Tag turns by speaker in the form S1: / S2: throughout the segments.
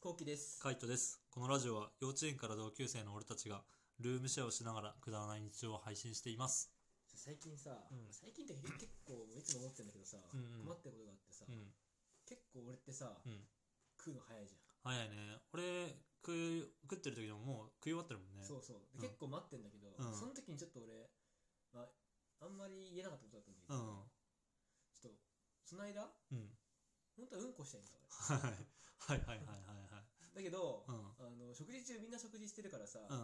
S1: こうきです。
S2: カイトです。このラジオは幼稚園から同級生の俺たちがルームシェアをしながらくだらない日常を配信しています。
S1: 最近さ、
S2: うん
S1: 最近って結構いつも思ってんだけどさ、
S2: うんうん
S1: 困ってることがあってさ、
S2: うん。
S1: 結構俺ってさ、
S2: うん。
S1: 食うの早いじゃ
S2: 早いね。俺、食い食ってる時でももう食い終わってるもんね
S1: ん。。そうそう。で、
S2: うん
S1: 結構待ってんだけど、
S2: うん
S1: その時にちょっと俺、まあ、あんまり言えなかったことだったんだけど、ちょっ
S2: うん。
S1: と、その間、
S2: うん。
S1: 本当はうんこしたいんだ俺。
S2: はいはいはいはいはいはい。
S1: だけど、
S2: うん。
S1: あの食事中みんな食事してるからさ、
S2: うん。
S1: あ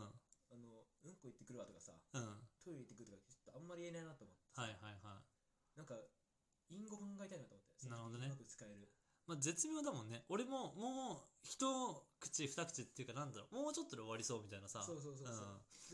S1: のうんこ行ってくるわとかさ、
S2: うん。
S1: トイレ行ってくるとか、ちょっとあんまり言えないなと思ってさ、
S2: はいはいは
S1: なんか、隠語考えたいなと思って、
S2: なるほどね
S1: うまく使える。
S2: い。まあ、絶妙だもんね。俺ももう一口二口っていうかなんだろう。もうちょっとで終わりそうみたいなさ。
S1: そうそうそうそ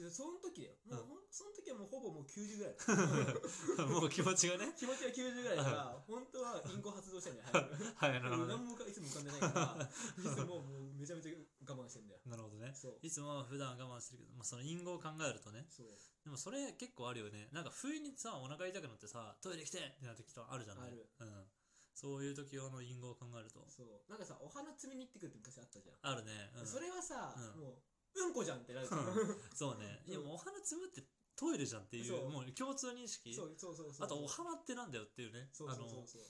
S1: う、でその時だよもう、
S2: うん
S1: ほん、その時はもうほぼもう90ぐらい
S2: うん。 もう気持ちがね。
S1: 気持ちは90ぐらいだから本当はインコ発動したんだよ早く
S2: はい、なるほどね。
S1: 何もかいつも浮かんでない からいつももうめちゃめちゃ我慢してんだよ
S2: なるほどね。
S1: そう
S2: いつもは普段我慢してるけど、まあ、その因果を考えるとね。
S1: そう
S2: でもそれ結構あるよね。なんか不意にさ、お腹痛くなってさ、トイレ来てってなる時とかあるじゃない
S1: ある
S2: うん。そういう時用の因果を考えると。
S1: そうなんかさお花摘みに行ってくるって昔あったじゃん、
S2: あるね。うん、
S1: それはさ、
S2: うん
S1: もううんこじゃんってなるじゃん
S2: そうね。
S1: うん
S2: でもお花摘むってトイレじゃんってい
S1: そう
S2: う、もう共通認識。
S1: そうそうそうそう
S2: あとお花ってなんだよっていうね。
S1: そうそう
S2: あ
S1: そ
S2: の
S1: う、そう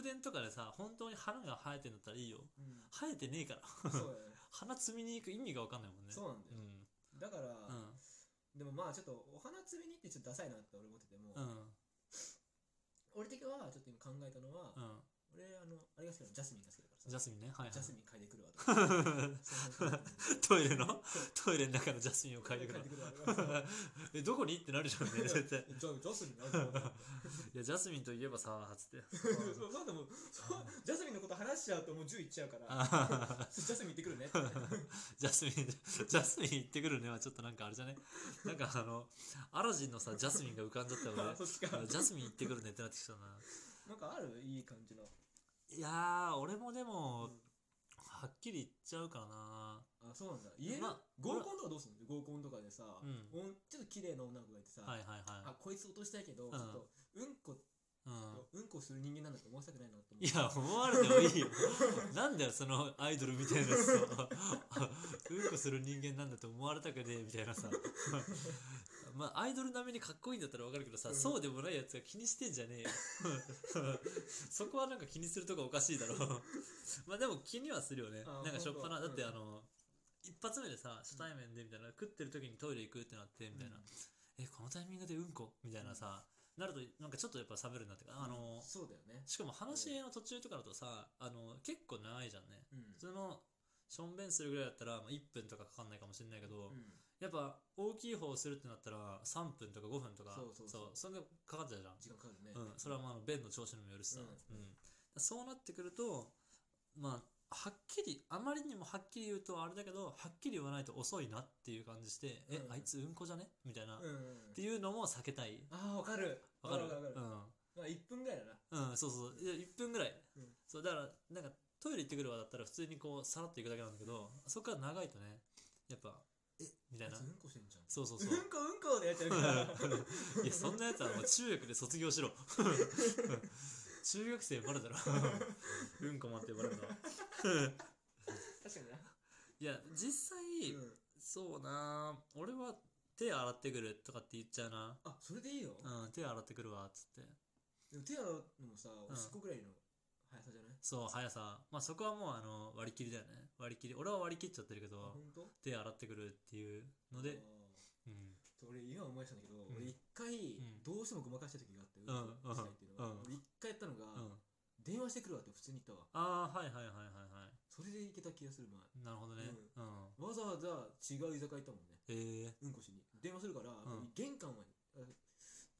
S2: 宮殿とかでさ、本当に花が生えてんだったらいいよ。
S1: うん
S2: 生えてねえから。
S1: そうだよね
S2: 花摘みに行く意味がわかんないもんね。
S1: そうなんだよ
S2: ん。
S1: だから、
S2: うん。
S1: でもまあちょっとお花摘みに行ってちょっとダサいなって俺思ってても、
S2: うん。
S1: 俺的にはちょっと今考えたのは、
S2: うん。
S1: 俺あのあれが好きなのジャスミンが好きだからさ
S2: ジャスミンね。はい、はい。
S1: ジャスミン嗅いでくるわとか。
S2: トイレのトイレの中のジャスミンを嗅いでくる。
S1: るわとか。
S2: え、どこにってなるじゃんね、絶対。
S1: ジャジャスミンなんだろうね
S2: いや、ジャスミンといえばさ、つって。
S1: そうそうでもそうジャスミンのこと話しちゃうともう10いっちゃう から。
S2: あ
S1: ジャスミン行ってくるねって。
S2: ジャスミン、ジャスミン行ってくるねはちょっとなんかあれじゃねなんかあの、アラジンのさ、ジャスミンが浮かんじゃった
S1: あ
S2: よ
S1: そっちか。
S2: ね。ジャスミン行ってくるねってなってきたな。
S1: なんかあるいい感じの。
S2: いやー、俺もで
S1: あ
S2: も、はっきり言っちゃうからな。
S1: そうなんだ。家の
S2: まあ
S1: 合コンとかどうすんの合コンとかでさ、
S2: ん
S1: おんちょっと綺麗な女の子がいてさ、
S2: はいはいは
S1: あこいつ落としたいけど、
S2: ん
S1: ちょっとうんこ、
S2: い。うん。
S1: うんこする人間なんだと思わせたくないなと思っ
S2: い
S1: て。
S2: や、思われてもいいよ。なんだよ、そのアイドルみたいなやつと。うんこする人間なんだと思われたくねえみたいなさ。まあ、アイドル並みにかっこいいんだったらわかるけどさ、
S1: うん
S2: そうでもないやつが気にしてんじゃねえよ。そこはなんか気にするとこおかしいだろう。まあでも気にはするよね。
S1: あ
S2: なんかしょっぱな、
S1: 本当
S2: だって
S1: うん
S2: あの、一発目でさ、初対面でみたいな、食ってる時にトイレ行くってなって、みたいな。え、このタイミングでうんこみたいなさ、なると、なんかちょっとやっぱ喋るようになって、あの、
S1: そうだよね。
S2: しかも話の途中とかだとさ、あの、結構長いじゃんね。
S1: うん。
S2: 普通の、しょんべんするぐらいだったら、まあ、1分とかかかんないかもしれないけど、
S1: うん
S2: やっぱ大きい方をするってなったら、3分とか5分とか、
S1: そうそうそう
S2: そんぐらいかかっちゃうじゃん。
S1: 時間かかるね。
S2: うん、それはまああの、便の調子にもよるしさ。
S1: う
S2: うんん。そうなってくると、まあ、はっきり、あまりにもはっきり言うとあれだけど、はっきり言わないと遅いなっていう感じして、え
S1: う、ん
S2: あいつうんこじゃねみたいな、
S1: う
S2: っ
S1: んうん
S2: ていうのも避けたい。
S1: ああ、わかる。
S2: わかる
S1: わかるわかる。
S2: うん。
S1: まあ、1分ぐらいだな。
S2: うん、そうそう。いや、1分ぐらい。
S1: うん
S2: そう、だから、なんか、トイレ行ってくるわだったら普通にこう、さらっと行くだけなんだけど、そこから長いとね、やっぱ、えみたい
S1: あい
S2: な
S1: つう。んこしてんじゃん。
S2: そうそう
S1: う
S2: そ
S1: ん
S2: う。
S1: こうんこでやっちゃうから。
S2: いや、そんなやつはもう中学で卒業しろ。 中学生バレたら、 うんこ待ってバレるのは。
S1: 確かにな。
S2: いや、実際、
S1: うん
S2: そうなぁ俺は手洗ってくるとかって言っちゃうな。
S1: あ、それでいいよ。
S2: うん、手洗ってくるわ、つって。
S1: でも手洗うのもさ、
S2: ん
S1: おしっこぐらいの速さじゃない
S2: そう、速さ。まあそこはもうあの、割り切りだよね。割り切り。俺は割り切っちゃってるけ
S1: あ、
S2: ど
S1: ほ、んと
S2: 手洗ってくるっていうので、うん、
S1: そう俺今思い出したんだけど、
S2: ん
S1: 俺一回
S2: うん
S1: どうしてもごまかした時があって、うんこしたいっていうの
S2: うん
S1: が。俺一回やったのが、
S2: うん、
S1: 電話してくるわって普通に言ったわ。
S2: ああはいはいはいはいは
S1: それでいけた気がする前。
S2: いなるほどねうん、
S1: わざわざ違う居酒屋行ったもんね。
S2: えー、
S1: うんこしに。電話するから、
S2: ん
S1: 玄関は、あ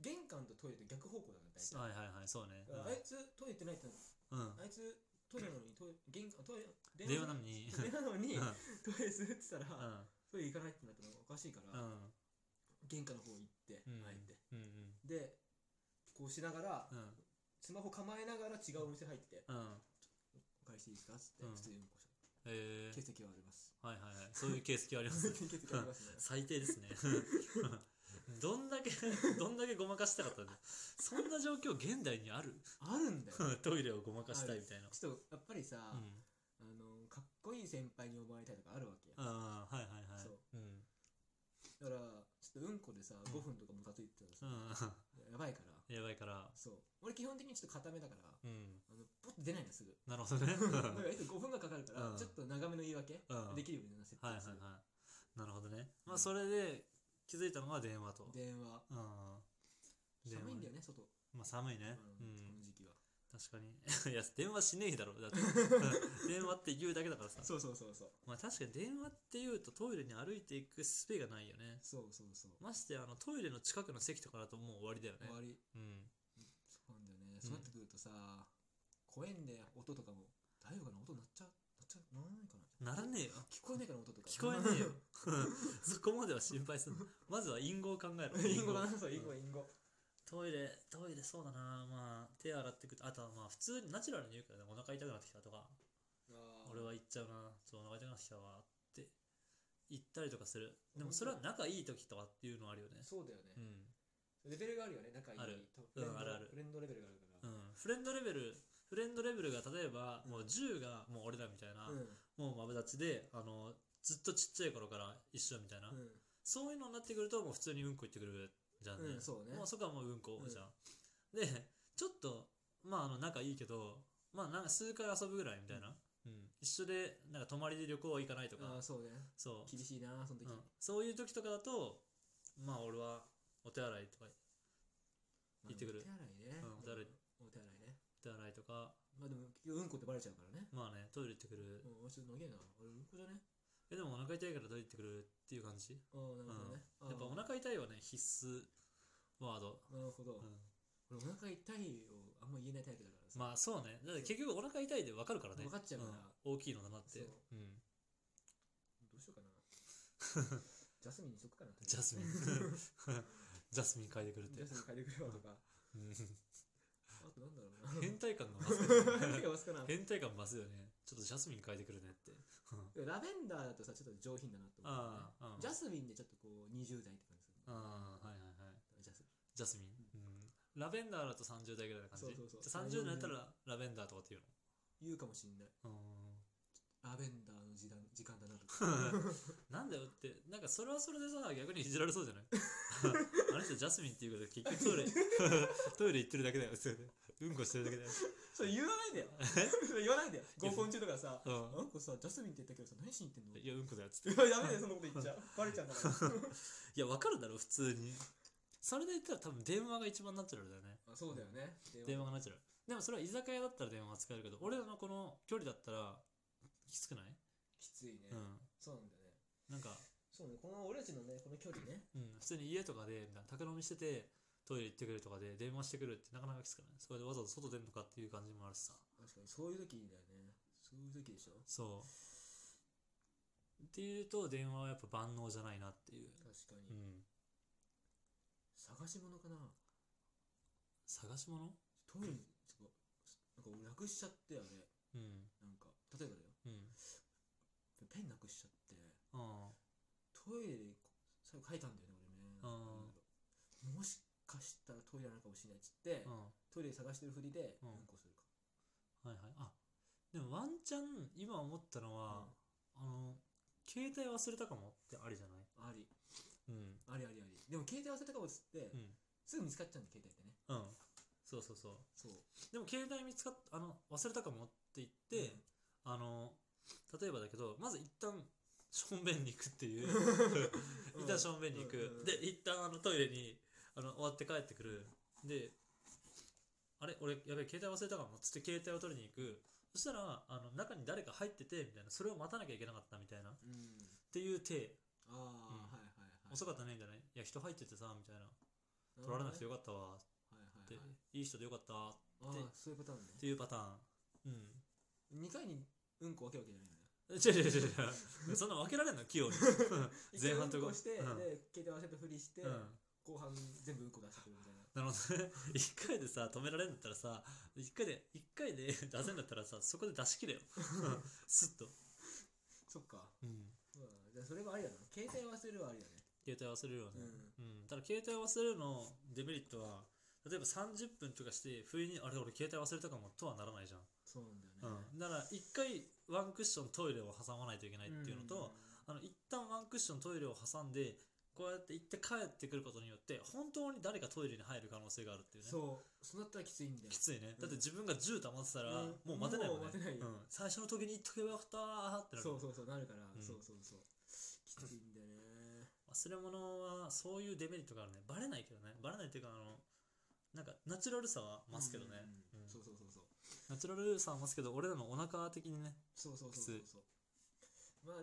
S1: 玄関とトイレって逆方向だから大体。
S2: はいはいはいそうね
S1: あいつトイレ行ってないって
S2: うん、うん
S1: あいつトイレなのにトイレ玄関トイレ
S2: 電話なのに
S1: 電話なのに
S2: うん
S1: トイレするって言った
S2: う
S1: ら
S2: ん
S1: トイレ行かないってなったのがおかしいか
S2: う
S1: ら
S2: ん
S1: 玄関の方行って
S2: うん
S1: 入って
S2: うんうん
S1: でこうしながら
S2: うん
S1: スマホ構えながら違うお店入って
S2: うん
S1: お返しいいですかっつって
S2: うん
S1: 普通にうんこし
S2: え
S1: た
S2: ー、
S1: 血跡はあります
S2: はいはいはいそういう形式はあ りますね
S1: 血跡あ りますね
S2: 最低ですねどんだけどんだけごまかしたかったんだそんな状況現代にある
S1: あるんだよ
S2: トイレをごまかしたいみたいな
S1: ちょっとやっぱりさ
S2: うん
S1: あのかっこいいい先輩に呼ばれたりとかあるわけや。
S2: ああはいはいはい
S1: そう
S2: うん
S1: だから、ちょっとうんこでさ、5分とかもたついてたらさ、
S2: う
S1: やばいから、
S2: んやばいから
S1: そう。俺基本的にちょっと固めだから、あ
S2: うん
S1: の、ポッと出ないの すぐ。
S2: なるほ どね
S1: だからいつも5分がかかるから、
S2: うん
S1: ちょっと長めの言い訳
S2: うん
S1: できるような設定
S2: はいはい
S1: する。
S2: はい。なるほどね。
S1: う
S2: まあ
S1: ん
S2: それで気づいたのが電話と。
S1: 電話。
S2: うん。電話
S1: 寒いんだよね、外。
S2: まあ寒い
S1: うん
S2: ね。う
S1: こ
S2: ん。
S1: の時期は。
S2: 確かに。い や、電話しねえだろ。だって。電話って言うだけだからさ。
S1: そうそうそうそう。
S2: まあ確かに電話って言うとトイレに歩いていくスペがないよね。
S1: そうそうそう。
S2: ましてあのトイレの近くの席とかだともう終わりだよね
S1: 終。わり。
S2: うん。
S1: そうなんだよね。そうなってくるとさ、怖えんだよ、音とかも。大丈夫かな音鳴っちゃう鳴っちゃう鳴らないかな
S2: ならねえよ。
S1: 聞こえないかな音とか。
S2: 聞こえねえ よ。 そこまでは心配する。まずは隠語を考えろ。
S1: インゴだな、そう、インゴ、インゴ。
S2: トイレ、トイレそうだなまあ、手洗ってくあとはまあ、普通にナチュラルに言うからね、お腹痛くなってきたとか、俺は行っちゃうなちょっとお腹痛くなってきたわって言ったりとかする。でもそれは仲いい時とかっていうのはあるよね。
S1: そうだよね
S2: う。ん。
S1: レベルがあるよね、仲いい。
S2: ある
S1: とフレンド
S2: うんあるある
S1: フレンドレベルがあるか
S2: う
S1: ら。
S2: ん。フレンドレベル、フレンドレベルが例えば、
S1: うん
S2: もう10がもう俺だみたいな、
S1: うん。
S2: もうマブダチで、あの、ずっとちっちゃい頃から一緒みたいな、
S1: うん。
S2: そういうのになってくるともう普通にうんこ言ってくるじゃんね。
S1: うんそうね
S2: もうそこはもううんこじゃん。で、ちょっと、まああの仲いいけど、まあなんか数回遊ぶぐらいみたいな。うん。一緒で、なんか泊まりで旅行行かないと
S1: あ
S2: か
S1: あ、、そうね。
S2: そう、
S1: 厳しいな、その時
S2: う。んそういう時とかだと、まあ俺はお手洗いとか、
S1: まあ
S2: 行ってく
S1: お
S2: る
S1: 手洗いね。
S2: うんお手洗い。
S1: お手洗いね。
S2: お手洗いとか、
S1: まあでも、結局うんこってバレちゃうからね。
S2: まあね、トイレ行ってくる
S1: う。ん、俺ちょっとげえな。俺うんこじゃね
S2: え、でもお腹痛いからトイレ行ってくるっていう感じ。
S1: ああ、なるほどね。
S2: やっぱお
S1: あ
S2: 腹痛いはね、必須ワード。
S1: あなるほど
S2: う。ん
S1: 俺お腹痛いをあんま言えないタイプだからさ。
S2: まあそうね。だって結局お腹痛いで分かるからね。
S1: 分かっちゃうから
S2: ん大きいのだなっ
S1: そ
S2: て。
S1: う
S2: うん。
S1: どうしようか な。ジャスミンにしとくかな。
S2: ジャスミ ン。ジャスミン嗅いでくるっ
S1: ジ
S2: て
S1: ャ。スミン嗅いでくれよとか。
S2: うん
S1: あとなんだろう な。
S2: 変態感が増すよね
S1: 何がマスかな。
S2: 変態感増すよね。ちょっとジャスミン嗅いでくるねって。
S1: ラベンダーだとさ、ちょっと上品だなと思う、
S2: ああああ
S1: ね。ジャスミンでちょっとこう、20代って感じする。
S2: ああ、はいはいはい。
S1: ジャスミン。
S2: ジャスミン、うんラベンダーだと30代ぐらいな感じ。
S1: そうそうそう
S2: じゃあ30代だったらラベンダーとかっていう
S1: 言うかもしんない。
S2: の。うん
S1: ラベンダーの時間時間だなとか。
S2: なんだよって、なんかそれはそれでさ、逆にいじられそうじゃない あの人ジャスミンっていうことで結 局トイレ、トイレ行ってるだけだよ。それでうんこしてるだけだよ。
S1: それ言わないんだよ。そ れ言わないんだよ。合コン中とかさ、
S2: うん
S1: あんこさ、ジャスミンって言ったけどさ、何しに行ってんの
S2: いや、うんこだよっつって。
S1: いや、ダメだよ、そんなこと言っちゃう。バレちゃうんだから。
S2: いや、わかるだろ、普通に。それで言ったら多分電話が一番ナチュラルだよね。
S1: あそうだよね。
S2: 電話がナチュラル。でもそれは居酒屋だったら電話は使えるけど、俺らのこの距離だったら、きつくない
S1: きついね、
S2: うん。
S1: そうなんだよね。
S2: なんか、
S1: そうね、この俺たちのね、この距離ね。
S2: うん、普通に家とかで、みたいな宅飲みしてて、トイレ行ってくるとかで電話してくるってなかなかきつくないそれでわざわざ外出るのかっていう感じもあるしさ。
S1: 確かに、そういう時だよね。そういう時でしょ。
S2: そう。っていうと、電話はやっぱ万能じゃないなっていう。
S1: 確か
S2: う
S1: に。
S2: ん。
S1: 探し物かな。
S2: 探し物
S1: トイレ、ちょっと、なんか俺なくしちゃって、あれ。
S2: うん。
S1: なんか、例えばだよ。
S2: うん。
S1: ペンなくしちゃって、
S2: あ
S1: トイレで最後書いたんだよね、俺ね。
S2: あー
S1: なんだろうもしかしたらトイレなのかもしれないっつって
S2: あ。う、ん。
S1: トイレ探してるふりで、
S2: う
S1: うんんこするか。
S2: はいはい。あ、でもワンチャン、今思ったのは、あの、携帯忘れたかもってありじゃない
S1: あり、
S2: うん。
S1: ありありあり。でも携帯忘れたかもっつって
S2: う、ん。
S1: すぐ見つかっちゃうんだ、携帯ってね。
S2: うん。そうそうそう。
S1: そう。
S2: でも携帯見つかっ、あの、忘れたかもって言って、
S1: うん
S2: あの、例えばだけど、まず一旦、しょんべんに行くっていう。
S1: うん
S2: 一旦しょんべんに行
S1: うんうんう
S2: く。
S1: ん
S2: で、一旦あのトイレに、あの、終わって帰ってくる。で、あれ俺、やべえ、携帯忘れたかも。つって携帯を取りに行く。そしたら、あの、中に誰か入ってて、みたいな。それを待たなきゃいけなかった、みたいな。っ
S1: うん。
S2: ていう手。
S1: ああ、
S2: うん
S1: はいはいはい。
S2: 遅か
S1: っ
S2: ったね、みたいな。いや、人入っててさ、みたいな。
S1: た
S2: 取られなくて
S1: よ。
S2: よかったわ。
S1: はい
S2: って
S1: はいはい。、
S2: いい人でよかった。っ
S1: ああ、そういうパターンね。
S2: ていうパターン。うん。
S1: 2回にうんこ分けるわけじゃないんだよ。
S2: 違う違う違う違う。そんな分けられんの器用 に。前半と
S1: 一回うん
S2: 後
S1: こして、
S2: うん
S1: で、携帯合わせてふりして、
S2: うん。
S1: 後半全部うんこ出してくるみたいな。
S2: なるほどね。 一回でさ、止められるんだったらさ、一回で、一回で 出せんだったらさ、そこで出し切れ よ。うんスッと。
S1: そっか。
S2: うん。
S1: うんじゃあそれはありだな。携帯忘れるはありだね。
S2: 携帯忘れるよね。
S1: う
S2: うん。ただ携帯忘れるのデメリットは、例えば30分とかして、不意に、あれ俺携帯忘れたかもとはならないじゃん。
S1: そうなんだよね。
S2: うん。なら、一回ワンクッショントイレを挟まないといけないっていうのと、あの一旦ワンクッショントイレを挟んでこうやって行って帰ってくることによって本当に誰かトイレに入る可能性があるっていうね
S1: そうそうなったらきついんだよ
S2: きついねだって自分が10溜まってたら、
S1: うん
S2: もう待てないもん
S1: も
S2: ね
S1: う待てないよ
S2: うん、最初の時に行っとけばよかったーってなる
S1: そうそうそうなるから、
S2: うん
S1: そうそうそうきついんだよね
S2: 忘れ物はそういうデメリットがあるねバレないけどねバレないっていうかあのなんかナチュラルさは増すけどね、
S1: うん
S2: うん
S1: そうそうそうそう
S2: ナチュラルさは増すけど俺らのお腹的にね
S1: そうそうそうそうそうまあ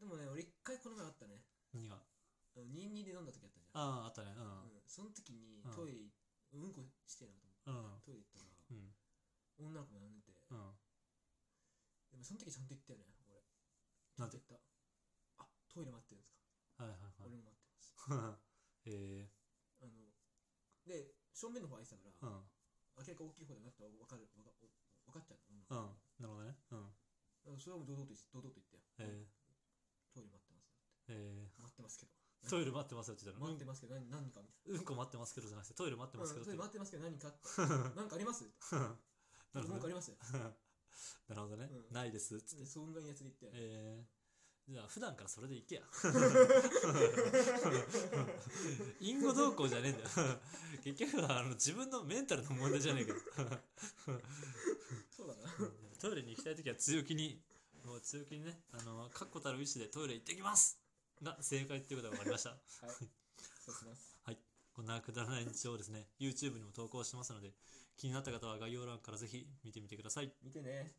S1: でもね俺一回この前あったね
S2: 何が
S1: あの22で飲んだ時あったじゃん
S2: あああったね
S1: うん、その時に
S2: うん
S1: トイレうんこしてえなと思って
S2: うんうん
S1: トイレ行ったら
S2: うん
S1: 女の子が並んでて
S2: うん
S1: でもその時ちゃんと言ったよね俺
S2: なんて
S1: ちゃと言ったあトイレ待ってるんですか
S2: はいは
S1: 俺も待ってます
S2: いはいえ
S1: あので正面の方空いてた
S2: ー、う
S1: から
S2: ん
S1: 明らか大きい方だなって分かる分か分かっちゃうの
S2: う
S1: 女の
S2: んなるほどね
S1: 子
S2: うん
S1: がそれはもう堂々と言って堂々と言ってよ
S2: えー、
S1: トイレ待ってます
S2: え
S1: 待ってますけど
S2: ー、トイレ待ってますよって言ったら、
S1: 待ってますけど何何かみたい
S2: うんこ待ってますけどじゃなくてトイレ待って
S1: な、
S2: ま
S1: うん
S2: すけどっ
S1: トイレ
S2: て言う、
S1: 待ってますけど何かって何かあります
S2: なるほ
S1: 文句あり
S2: どね
S1: ます
S2: なるほどね、
S1: うん
S2: ないですっつっ
S1: で
S2: て、
S1: そんぐらいのやつで言って
S2: えー、じゃあ普段からそれで行けや因果動向じゃねえんだよ 結局はあの自分のメンタルの問題じゃねえかよ
S1: そうだな
S2: トイレに行きたい時は強気にもう強気にねあの確固たる意志でトイレ行ってきますが正解っていうことが分かりました
S1: はいそうします
S2: こんなくだらない日常をですね YouTube にも投稿してますので気になった方は概要欄からぜひ見てみてください
S1: 見てね